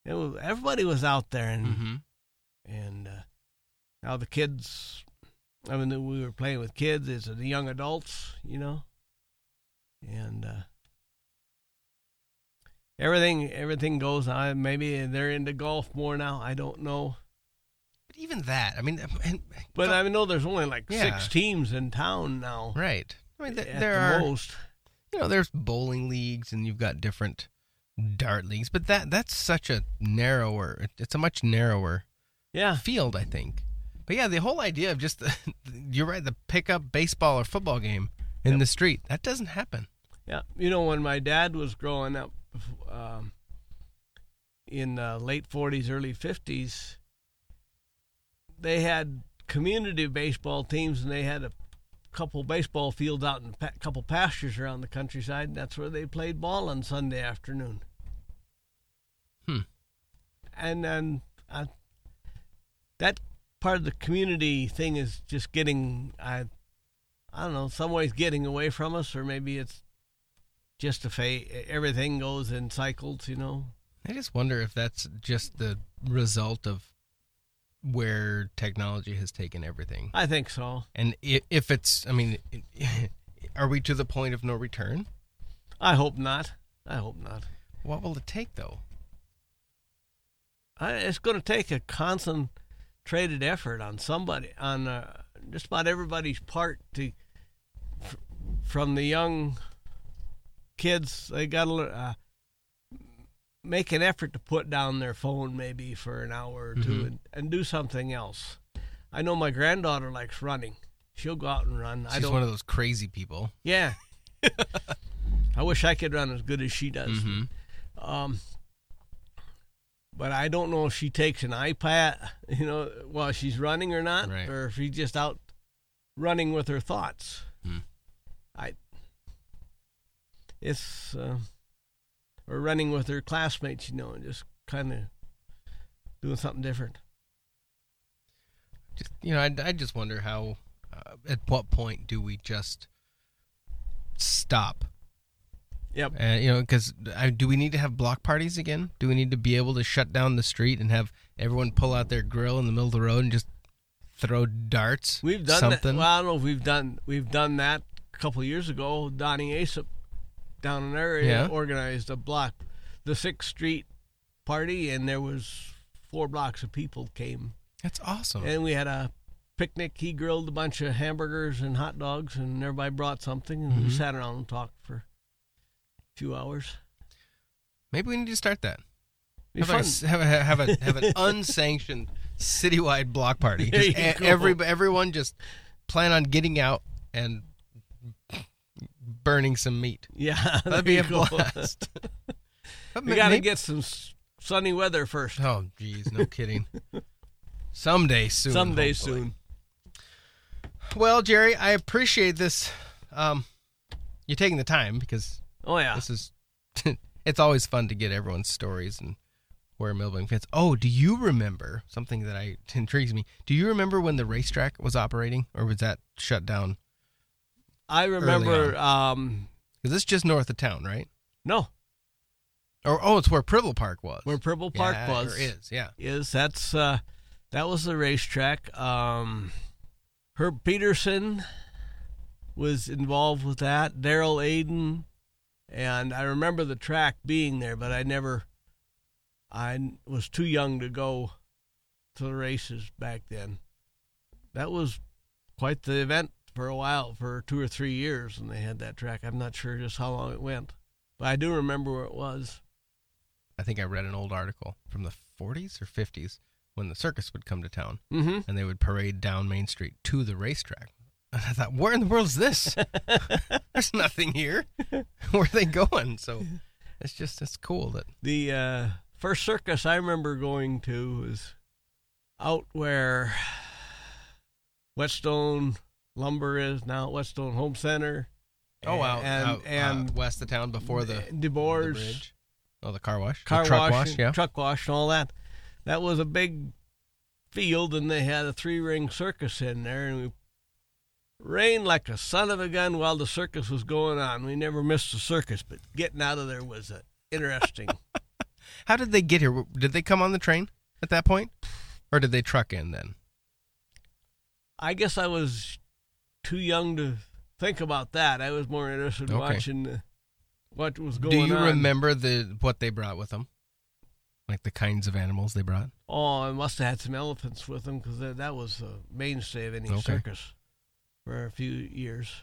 A: It was, everybody was out there. And
B: Mm-hmm.
A: and uh, now the kids i mean we were playing with kids it's the young adults you know and uh, everything everything goes on maybe they're into golf more now i don't know
B: But even that, I mean, and,
A: but i know there's only like
B: Yeah.
A: six teams in town now
B: right. I mean, th-
A: at
B: there
A: the
B: are.
A: most
B: you know there's bowling leagues and you've got different dart leagues but that that's such a narrower it's a much narrower
A: yeah
B: field i think but yeah the whole idea of just <laughs> the, you're right the pickup baseball or football game in
A: Yep.
B: the street that doesn't happen
A: Yeah, you know, when my dad was growing up um, in the late 40s, early 50s, they had community baseball teams and they had a couple baseball fields out in a pa- couple pastures around the countryside. And that's where they played ball on Sunday afternoon.
B: Hmm.
A: And then I, that part of the community thing is just getting, I I don't know, some ways getting away from us, or maybe it's just a fa- everything goes in cycles, you know.
B: I just wonder if that's just the result of where technology has taken everything.
A: I think so.
B: And i- if it's, I mean, <laughs> are we to the point of no return?
A: I hope not. I hope not.
B: What will it take, though?
A: I, it's going to take a concentrated effort on somebody, on uh, just about everybody's part to, f- from the young kids, they got to uh, make an effort to put down their phone maybe for an hour or 2
B: Mhm.
A: and, and do something else. I know my granddaughter likes running. She'll go out and run. I
B: She's
A: don't.
B: one of those crazy people. <laughs>
A: yeah. I wish I could run as good as she does.
B: Mhm.
A: Um, but I don't know if she takes an iPad, <laughs> you know, while she's running or not,
B: Right.
A: or if she's just out running with her thoughts.
B: Hmm.
A: I, it's, uh, or running with her classmates, you know, and just kind of doing something different.
B: Just, you know, I, I just wonder how, uh, at what point do we just stop?
A: Yep.
B: Uh, you know, because do we need to have block parties again? Do we need to be able to shut down the street and have everyone pull out their grill in the middle of the road and just throw darts?
A: We've done
B: something.
A: that. Well, I don't know if we've done we've done that a couple of years ago. Donnie Asop down in their area
B: Yeah.
A: organized a block, the Sixth Street party, and there was four blocks of people came,
B: That's awesome.
A: and we had a picnic. He grilled a bunch of hamburgers and hot dogs, and everybody brought something, and we
B: Mhm.
A: sat around and talked for a few hours.
B: Maybe we need to start that.
A: Be
B: Have, a
A: fun.
B: s- have a have a
A: <laughs>
B: have an unsanctioned citywide block party.
A: There
B: Just
A: you
B: e-
A: go.
B: every everyone just plan on getting out and burning some meat.
A: <laughs> yeah, there
B: <laughs> That'd be
A: you
B: a
A: go.
B: blast.
A: <laughs>
B: But
A: We
B: ma-
A: got to
B: maybe-
A: get some s- sunny weather first.
B: Oh, geez,
A: <laughs>
B: no kidding. Someday soon.
A: Someday
B: hopefully.
A: soon.
B: Well, Jerry, I appreciate this. Um, you're taking the time because
A: Oh yeah.
B: this is. <laughs> it's always fun to get everyone's stories and where Millbank fits. Oh, do you remember something that I <laughs> intrigues me? Do you remember when the racetrack was operating, or was that shut down?
A: I remember. Um,
B: Because it's just north of town, right?
A: no,
B: Or oh, it's where Privel Park was.
A: where Purple Park
B: Yeah,
A: was
B: or is yeah.
A: is that's uh, that was the racetrack. Um, Herb Peterson was involved with that. Daryl Aiden, and I remember the track being there, but I never. I n- was too young to go to the races back then. That was quite the event for a while, for two or three years, and they had that track. I'm not sure just how long it went, but I do remember where it was.
B: I think I read an old article from the 40s or 50s when the circus would come to town
A: Mm-hmm.
B: and they would parade down Main Street to the racetrack. <laughs> And I thought, where in the world is this? <laughs> There's nothing here. <laughs> Where are they going? So it's just it's cool that
A: the uh, first circus I remember going to was out where Whetstone Lumber is now Whetstone Home Center.
B: oh wow
A: and
B: and
A: and
B: west of town before the, the
A: Eh, DeBoer's
B: bridge. Oh, the car wash, The
A: car
B: truck
A: wash,
B: wash,
A: and
B: yeah.
A: truck wash, and all that. That was a big field, and they had a three ring circus in there, and we rained like a son of a gun while the circus was going on. We never missed a circus, but getting out of there was uh, interesting.
B: How did they get here? Did they come on the train at that point, or did they truck in then?
A: I guess I was too young to think about that. I was more interested in
B: Okay.
A: watching uh, what was going
B: Do
A: on.
B: you remember the what they brought with them, like the kinds of animals they brought?
A: Oh, I must have had some elephants with them because that, that was the mainstay of any
B: Okay.
A: circus for a few years.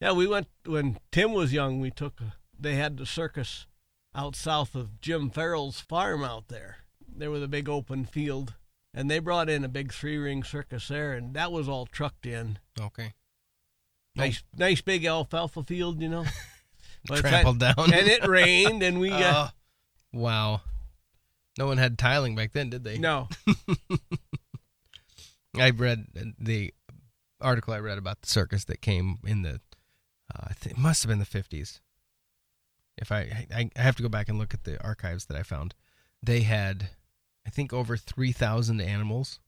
A: Yeah, we went when Tim was young. We took a, they had the circus out south of Jim Farrell's farm out there. There was a big open field, and they brought in a big three ring circus there, and that was all trucked in.
B: Okay,
A: Nice, nice big alfalfa field, you
B: <laughs>
A: know. But it's
B: trampled down.
A: like- and it rained, and
B: <laughs>
A: we uh,
B: Oh, wow. No one had tiling back then, did they?
A: no,
B: I read the article I read about the circus that came in the, uh, I think it must have been the 50s. If I, I, I have to go back and look at the archives that I found. They had, I think, over 3,000 animals,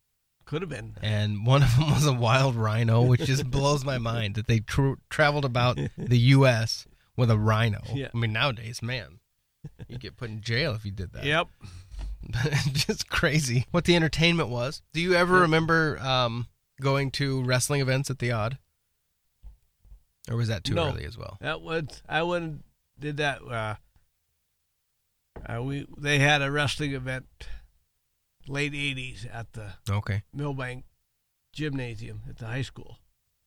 A: could have been.
B: and one of them
A: <laughs>
B: was a wild rhino, which just blows my mind that they tr- traveled about the U.S. with a rhino.
A: <laughs> Yeah.
B: I mean, nowadays, man, you get put in jail if you did that.
A: Yep.
B: <laughs> just crazy what the entertainment was. Do you ever
A: Yeah.
B: remember um, going to wrestling events at the Odd? Or was that too
A: No.
B: early as well?
A: That would I wouldn't did that. Uh, uh, we they had a wrestling event late '80s at the
B: Okay.
A: Millbank Gymnasium at the high school.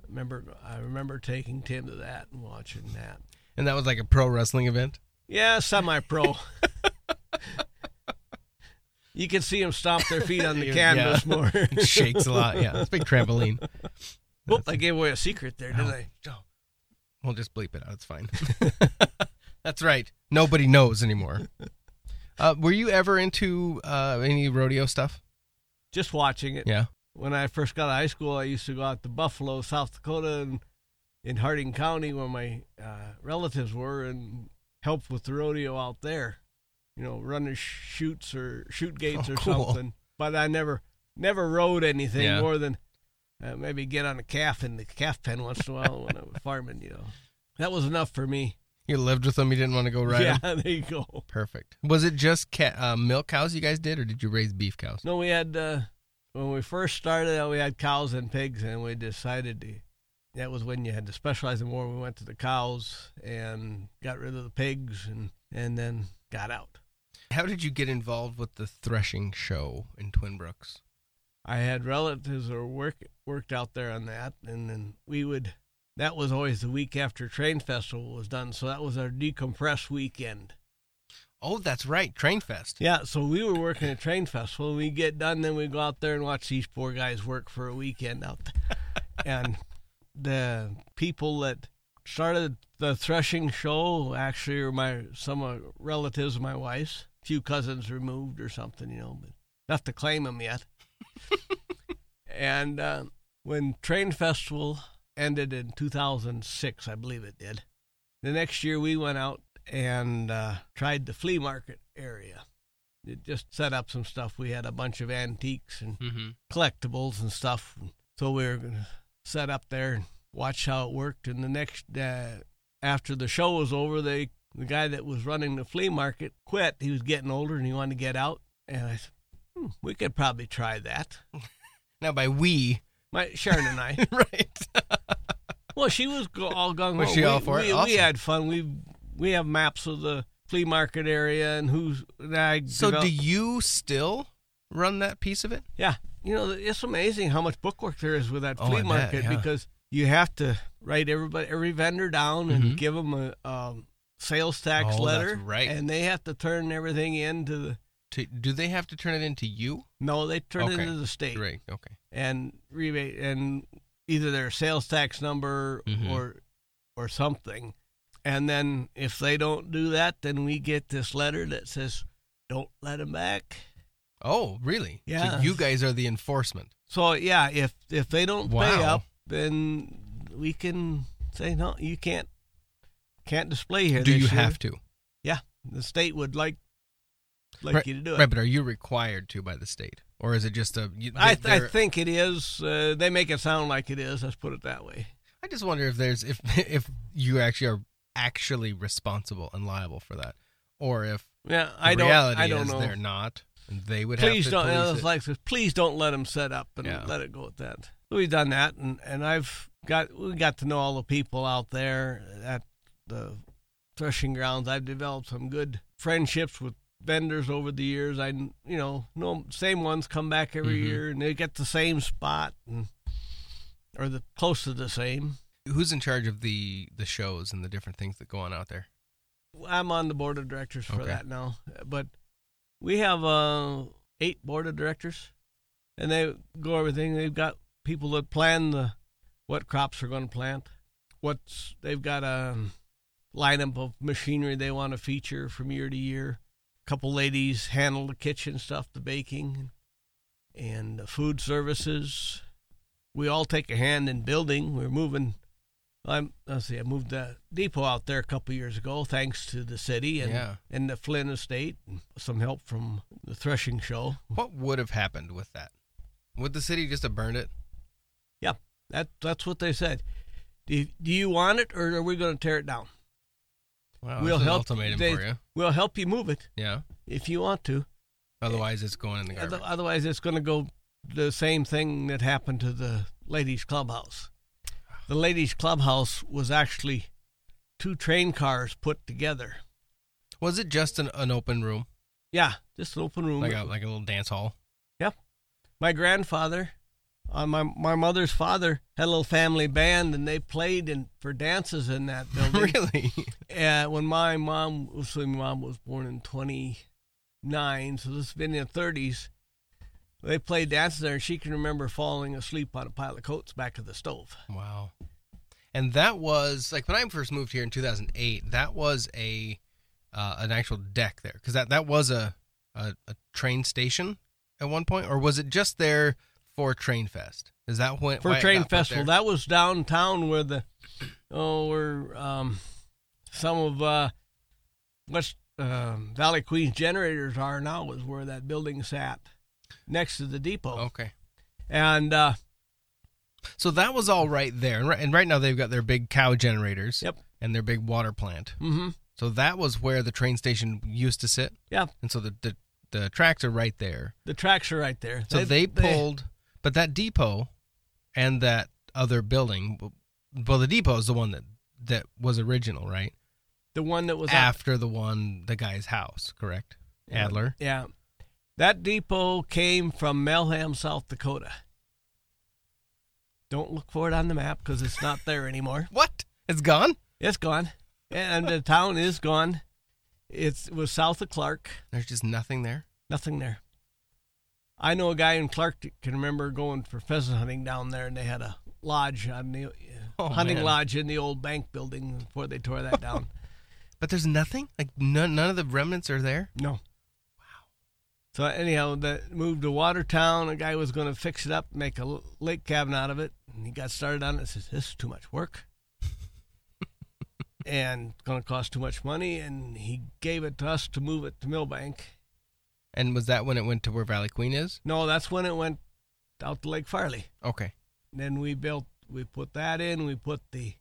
A: I remember, I remember taking Tim to that and watching that.
B: And that was like a pro wrestling event?
A: Yeah,
B: <laughs>
A: semi-pro. you can see them stomp their feet on the
B: <laughs> Yeah.
A: canvas more.
B: It shakes a lot. Yeah. It's a big trampoline.
A: Whoop, I gave away a secret there, didn't
B: No.
A: I?
B: We'll just bleep it out. It's fine. <laughs> That's right. Nobody knows anymore. Uh, were you ever into uh, any rodeo stuff?
A: Just watching it.
B: Yeah.
A: When I first got out of high school, I used to go out to Buffalo, South Dakota, and in Harding County where my uh, relatives were and help with the rodeo out there. You know, running shoots or shoot gates
B: Oh,
A: or
B: cool.
A: something. But I never never rode anything
B: Yeah.
A: more than uh, maybe get on a calf in the calf pen once in a while when I was farming. You know, that was enough for me.
B: You lived with them. You didn't want to go ride 'em?
A: <laughs> Yeah, there you go.
B: Perfect. Was it just cat, uh, milk cows you guys did, or did you raise beef cows?
A: No, we had uh, when we first started out, we had cows and pigs, and we decided to. That was when you had to specialize in more. We went to the cows and got rid of the pigs, and and then got out.
B: How did you get involved with the threshing show in Twin Brooks?
A: I had relatives that work worked out there on that, and then we would. That was always the week after Train Festival was done, so that was our decompress weekend.
B: Oh, that's right, Train Fest.
A: Yeah, so we were working at Train Festival. We get done, then we go out there and watch these poor guys work for a weekend out there. and the people that started the threshing show actually are my some of relatives of my wife's, few cousins removed or something, you know, but not to claim them yet. and uh, when Train Festival ended in 2006, I believe it did. The next year, we went out and uh, tried the flea market area. It just set up some stuff. We had a bunch of antiques and
B: Mm-hmm.
A: collectibles and stuff. So we were going to set up there and watch how it worked. And the next, uh, after the show was over, they the guy that was running the flea market quit. He was getting older and he wanted to get out. And I said, hmm, we could probably try that.
B: Now by we, <laughs>
A: My Sharon and I.
B: right?
A: Well, she was go- all gung.
B: Was she
A: we,
B: all for it?
A: We, we
B: Awesome.
A: had fun. We we have maps of the flea market area and who's. And I
B: So
A: developed-
B: do you still run that piece of it?
A: Yeah, you know, it's amazing how much bookwork there is with that
B: Oh, I
A: flea
B: bet,
A: market
B: yeah.
A: because you have to write everybody, every vendor down
B: Mhm.
A: and give them a um, sales tax
B: Oh, that's
A: letter,
B: right.
A: And they have to turn everything into the.
B: To, do they have to turn it into you?
A: No, they turn it
B: Okay,
A: into the state
B: Right. Okay.
A: and rebate and either their sales tax number
B: Mhm.
A: or or something. And then if they don't do that, then we get this letter that says, "Don't let them back."
B: Oh, really? So
A: Yeah.
B: you guys are the enforcement.
A: So yeah, if if they don't pay
B: Wow.
A: up, then we can say no, you can't can't display here.
B: do
A: this
B: you
A: year."
B: have to?
A: The state would like like you to do it.
B: Right, but are you required to by the state, or is it just a? You,
A: I,
B: they-
A: I
B: they're-
A: think it is. Uh, they make it sound like it is. Let's put it that way.
B: I just wonder if there's if <laughs> if you actually are actually responsible and liable for that, or if
A: Yeah,
B: the
A: I don't.
B: reality
A: I don't
B: is
A: know.
B: they're not. and They would
A: please
B: have to
A: don't. uh,
B: police
A: yeah, it's
B: it.
A: like this, please don't let them set up and
B: Yeah.
A: let it go at that. We've done that, and and I've got we got to know all the people out there at the threshing grounds. I've developed some good friendships with vendors over the years. I you know know same ones come back every
B: Mhm.
A: year, and they get the same spot and or the close to the same.
B: Who's in charge of the the shows and the different things that go on out there?
A: I'm on the board of directors for
B: Okay.
A: that now, but we have uh, eight board of directors, and they go everything. They've got people that plan the what crops are going to plant, what's they've got um, a lineup of machinery they want to feature from year to year. A couple ladies handle the kitchen stuff, the baking, and the food services. We all take a hand in building. We're moving I'm let's see, I moved the depot out there a couple years ago, thanks to the city and
B: Yeah.
A: and the Flynn Estate, and some help from the threshing show.
B: What would have happened with that? Would the city just have burned it?
A: That that's what they said. Do, do you want it, or are we going to tear it down?
B: Wow,
A: We'll
B: Oh, that's an
A: help-
B: ultimatum
A: they-
B: for you.
A: We'll help you move it
B: Yeah.
A: if you want to.
B: Otherwise, it's going in the
A: Other-
B: garbage.
A: Otherwise, it's going to go the same thing that happened to the ladies' clubhouse. The ladies' clubhouse was actually two train cars put together.
B: Was it just an, an open room,
A: Yeah, just an open room.
B: like a like a little dance hall? <laughs>
A: my grandfather, uh, my my mother's father had a little family band, and they played in, for dances in
B: <laughs>
A: that building.
B: really?
A: And when my mom, so my mom was born in '29, so this has been in the '30s. They played dances there, and she can remember falling asleep on a pile of coats back of the stove.
B: Wow. And that was like when I first moved here in 2008. That was a uh, an actual deck there because that that was a, a a train station at one point, or was it just there for Train Fest? Is that when
A: for
B: why it
A: Train
B: got put
A: Festival.
B: there?
A: That was downtown where the oh, where um, some of uh, West um Valley Queens generators are now is where that building sat next to the depot,
B: okay.
A: and uh,
B: So that was all right there, and right, and right now they've got their big cow generators.
A: Yep.
B: And their big water plant.
A: mhm.
B: So that was where the train station used to sit.
A: yeah,
B: And so the the, the tracks are right there.
A: the tracks are right there.
B: So they, pulled, but that depot and that other building, well, the depot is the one that that was original, right?
A: the one that was up-
B: After the one, the guy's house, correct? Adler.
A: Yeah, that depot came from Melham, South Dakota. Don't look for it on the map because it's not there anymore.
B: What? It's gone.
A: It's gone, and the town is gone. It's, it was south of Clark.
B: There's just nothing there.
A: Nothing there. I know a guy in Clark that can remember going for pheasant hunting down there, and they had a lodge on the
B: Oh,
A: hunting
B: man.
A: lodge in the old bank building before they tore that down.
B: But there's nothing. Like none, none of the remnants are there.
A: no. Wow. So anyhow, that moved to Watertown. A guy was going to fix it up, make a l- lake cabin out of it, and he got started on it. and Says this is too much work, and going to cost too much money. And he gave it to us to move it to Millbank.
B: And was that when it went to where Valley Queen is?
A: No, that's when it went out to Lake Farley.
B: Okay.
A: Then we built, we put that in. We put the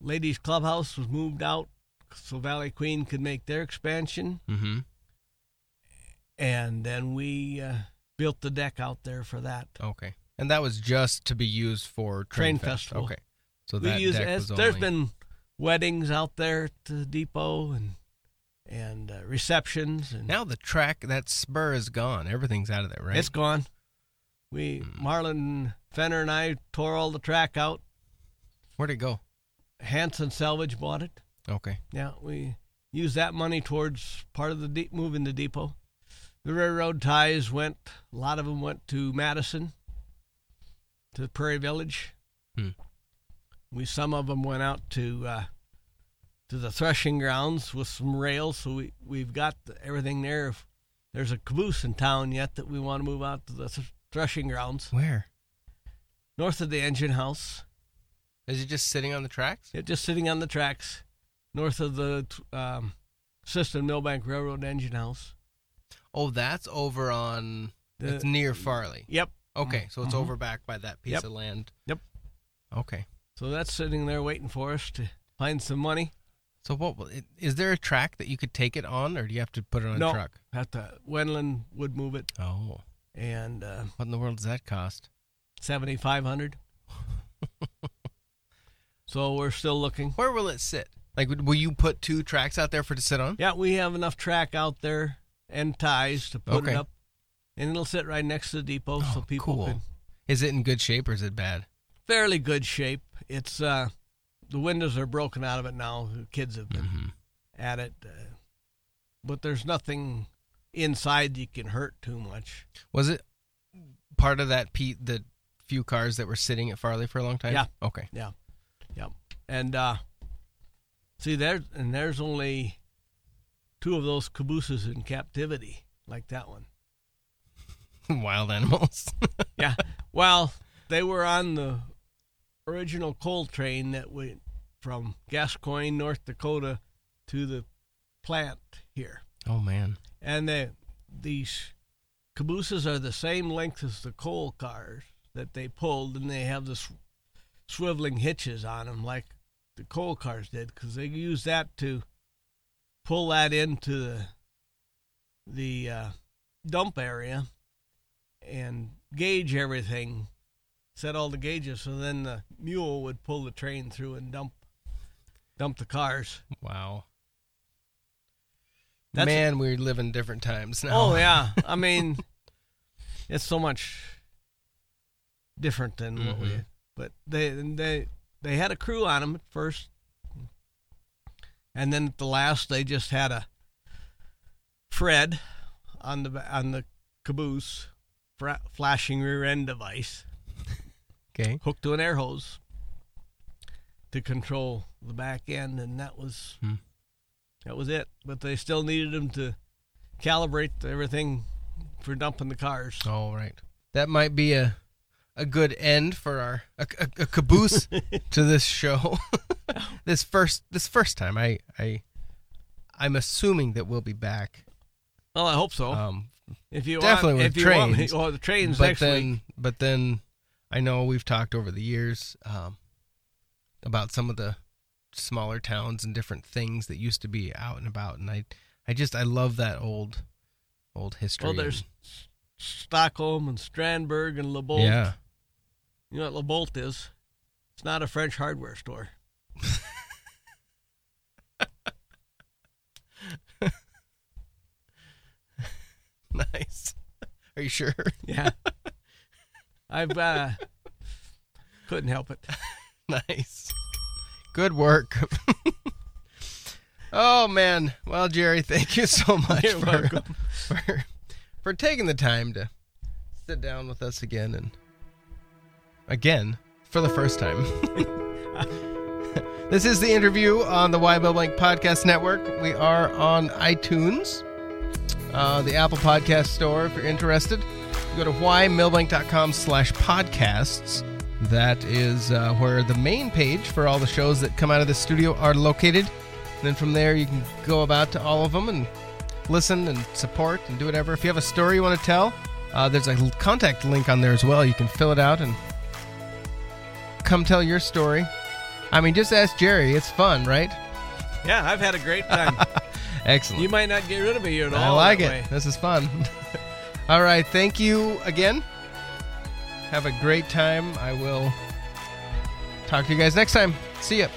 A: ladies' clubhouse was moved out so Valley Queen could make their expansion,
B: Mm-hmm.
A: and then we uh, built the deck out there for that.
B: Okay. And that was just to be used for
A: Train
B: Train, Fest.
A: Festival.
B: Okay. So
A: we
B: that
A: use
B: deck
A: as
B: was
A: there's
B: only-
A: been weddings out there at the depot and and uh, receptions and
B: now the track that spur is gone. Everything's out of there, right? Hmm.
A: it's gone. We Marlon Fenner and I tore all the track out.
B: Where'd it go?
A: Hanson Salvage bought it.
B: Okay.
A: Yeah, we used that money towards part of the de- moving the depot. The railroad ties went. A lot of them went to Madison, to Prairie Village.
B: Hmm.
A: We some of them went out to uh, to the threshing grounds with some rails. So we we've got the, everything there. If there's a caboose in town yet that we want to move out to the thr- threshing grounds
B: Where?
A: north of the engine house.
B: Is it just sitting on the tracks?
A: Yeah, just sitting on the tracks north of the t- um, System Millbank Railroad Engine House.
B: Oh, that's over on.
A: The-
B: it's near Farley.
A: Yep.
B: Okay, so it's
A: Mhm.
B: over back by that piece
A: Yep.
B: of land.
A: Yep.
B: Okay.
A: So that's sitting there waiting for us to find some money.
B: So what will- it- is there a track that you could take it on, or do you have to put it on
A: No.
B: a truck?
A: Have to Wendland would move it
B: Oh,
A: and uh,
B: what in the world does that cost?
A: seventy five
B: <laughs>
A: hundred. so we're still looking.
B: Where will it sit? Like, would- will you put two tracks out there for it to sit on?
A: Yeah, we have enough track out there and ties to put
B: Okay.
A: it up, and it'll sit right next to the depot, so
B: Oh,
A: people
B: cool.
A: can
B: Is it in good shape or is it bad?
A: fairly good shape. It's uh, the windows are broken out of it now. The kids have been at it, uh, but there's nothing inside you can hurt too much.
B: Was it part of that Pete the few cars that were sitting at Farley for a long time?
A: Yeah.
B: Okay. <laughs>
A: Yeah, yeah. And uh, see, there and there's only two of those cabooses in captivity, like that one.
B: Wild animals. <laughs>
A: Yeah. <laughs> well, they were on the original coal train that went from Gascoigne, North Dakota, to the plant here.
B: oh man.
A: and they, these cabooses are the same length as the coal cars that they pulled, and they have the sw- swiveling hitches on them, like the coal cars did because they used that to pull that into the the uh, dump area and gauge everything, set all the gauges, so then the mule would pull the train through and dump dump the cars.
B: Wow.
A: That's-
B: Man, we live in different times now. <laughs>
A: Oh yeah, I mean, it's so much different than what we.
B: Mhm.
A: But they they they had a crew on them at first, and then at the last they just had a Fred on the ba- on the caboose, fra- flashing rear end device
B: Okay.
A: hooked to an air hose to control the back end, and that was
B: Hmm.
A: that was it. But they still needed them to calibrate everything for dumping the cars.
B: All right. That might be a a good end for our a, a-
A: <laughs>
B: a caboose to this show. <laughs> this first this first time, I I I'm assuming that we'll be back.
A: Well, I hope so.
B: Um,
A: if you
B: definitely
A: want, if
B: with
A: you want me-
B: trains,
A: well, the trains
B: but
A: next
B: then
A: week.
B: but then I know we've talked over the years um, about some of the smaller towns and different things that used to be out and about, and I I just I love that old old history.
A: Well, there's
B: and-
A: S- Stockholm and Strandberg and LeBolt. <laughs>
B: yeah.
A: You know what LeBolt is? It's not a French hardware store.
B: Nice. Are you sure?
A: Yeah, <laughs> I've uh, couldn't help it.
B: <laughs> nice. Good work. <laughs> oh man. Well, Jerry, thank you so much
A: <laughs> You're
B: for,
A: welcome.
B: <laughs> for for taking the time to sit down with us again and again for the first time. <laughs> this is the interview on the Why Bill Blank Podcast Network. We are on iTunes. uh, the Apple Podcast Store if you're interested. Go to whymillbank.com slash podcasts. That is uh, where the main page for all the shows that come out of the studio are located. And then from there, you can go about to all of them and listen and support and do whatever. If you have a story you want to tell, uh, there's a l- contact link on there as well. You can fill it out and come tell your story. I mean, just ask Jerry. It's fun, right?
A: Yeah, I've had a great time.
B: <laughs> Excellent.
A: You might not get rid of me at all.
B: I like
A: that
B: it.
A: way.
B: This is fun. <laughs> All right. Thank you again. Have a great time. I will talk to you guys next time. See ya.